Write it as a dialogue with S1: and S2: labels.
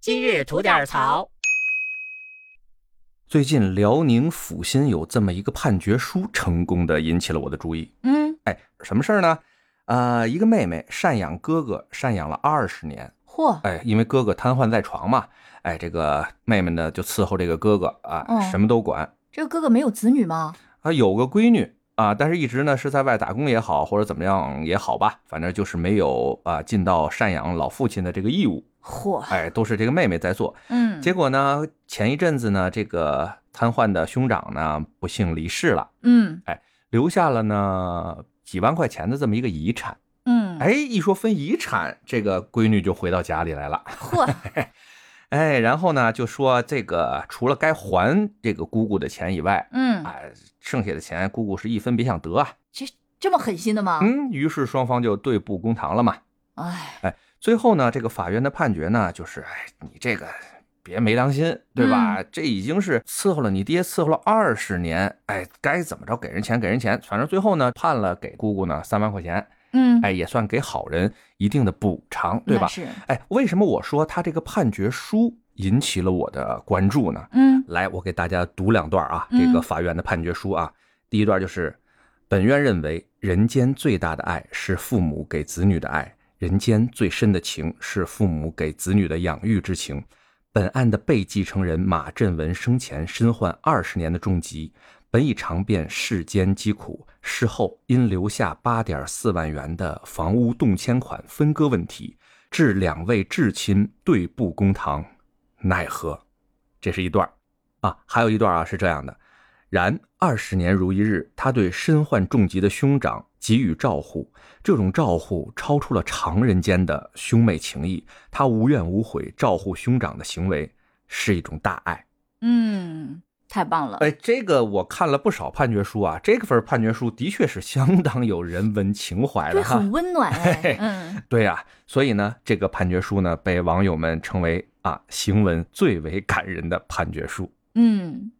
S1: 今日吐点槽。
S2: 最近辽宁阜新有这么一个判决书，成功的引起了我的注意。
S1: 嗯，
S2: 哎，什么事儿呢？呃，一个妹妹赡养哥哥，赡养了二十年。
S1: 嚯，
S2: 哎，因为哥哥瘫痪在床嘛，哎，这个妹妹呢就伺候这个哥哥啊，
S1: 嗯
S2: 什么都管
S1: 这个哥哥没有子女吗？
S2: 啊，有个闺女啊，但是一直呢是在外打工也好，或者怎么样也好吧，反正就是没有啊尽到赡养老父亲的这个义务。
S1: 嚯，
S2: 哎，都是这个妹妹在做。
S1: 嗯，
S2: 结果呢，前一阵子呢，这个瘫痪的兄长呢不幸离世了，
S1: 嗯
S2: 留下了呢几万块钱的这么一个遗产。
S1: 嗯，
S2: 哎，一说分遗产，这个闺女就回到家里来了。
S1: 嚯，
S2: 哎，然后呢就说这个除了该还这个姑姑的钱以外，
S1: 嗯，
S2: 哎，剩下的钱姑姑是一分别想得啊。
S1: 这么狠心的吗？
S2: 嗯，于是双方就对簿公堂了嘛。
S1: 哎，
S2: 最后呢，这个法院的判决呢，就是哎，你这个别没良心，对吧？
S1: 嗯
S2: 这已经是伺候了你爹伺候了二十年，哎，该怎么着给人钱给人钱，反正最后呢判了给姑姑呢三万块钱，
S1: 嗯，
S2: 哎，也算给好人一定的补偿，对
S1: 那
S2: 吧？
S1: 是，
S2: 哎，为什么我说他这个判决书引起了我的关注呢？
S1: 嗯
S2: 来，我给大家读两段啊，
S1: 嗯
S2: 这个法院的判决书啊。第一段就是，本院认为人间最大的爱是父母给子女的爱，人间最深的情是父母给子女的养育之情。本案的被继承人马振文生前身患二十年的重疾，本已尝遍世间疾苦，事后因留下八点四万元的房屋动迁款分割问题，致两位至亲对簿公堂，奈何？这是一段儿啊，还有一段啊是这样的：然二十年如一日，他对身患重疾的兄长给予照护，这种照护超出了常人间的兄妹情谊，他无怨无悔照护兄长的行为是一种大爱。
S1: 嗯，太棒了，
S2: 哎，这个我看了不少判决书啊，这份判决书的确是相当有人文情怀
S1: 对，
S2: 的哈
S1: 很。温暖哎
S2: 嘿嘿，
S1: 嗯，
S2: 对呀、所以呢，这个判决书呢被网友们称为啊行文最为感人的判决书。
S1: 嗯。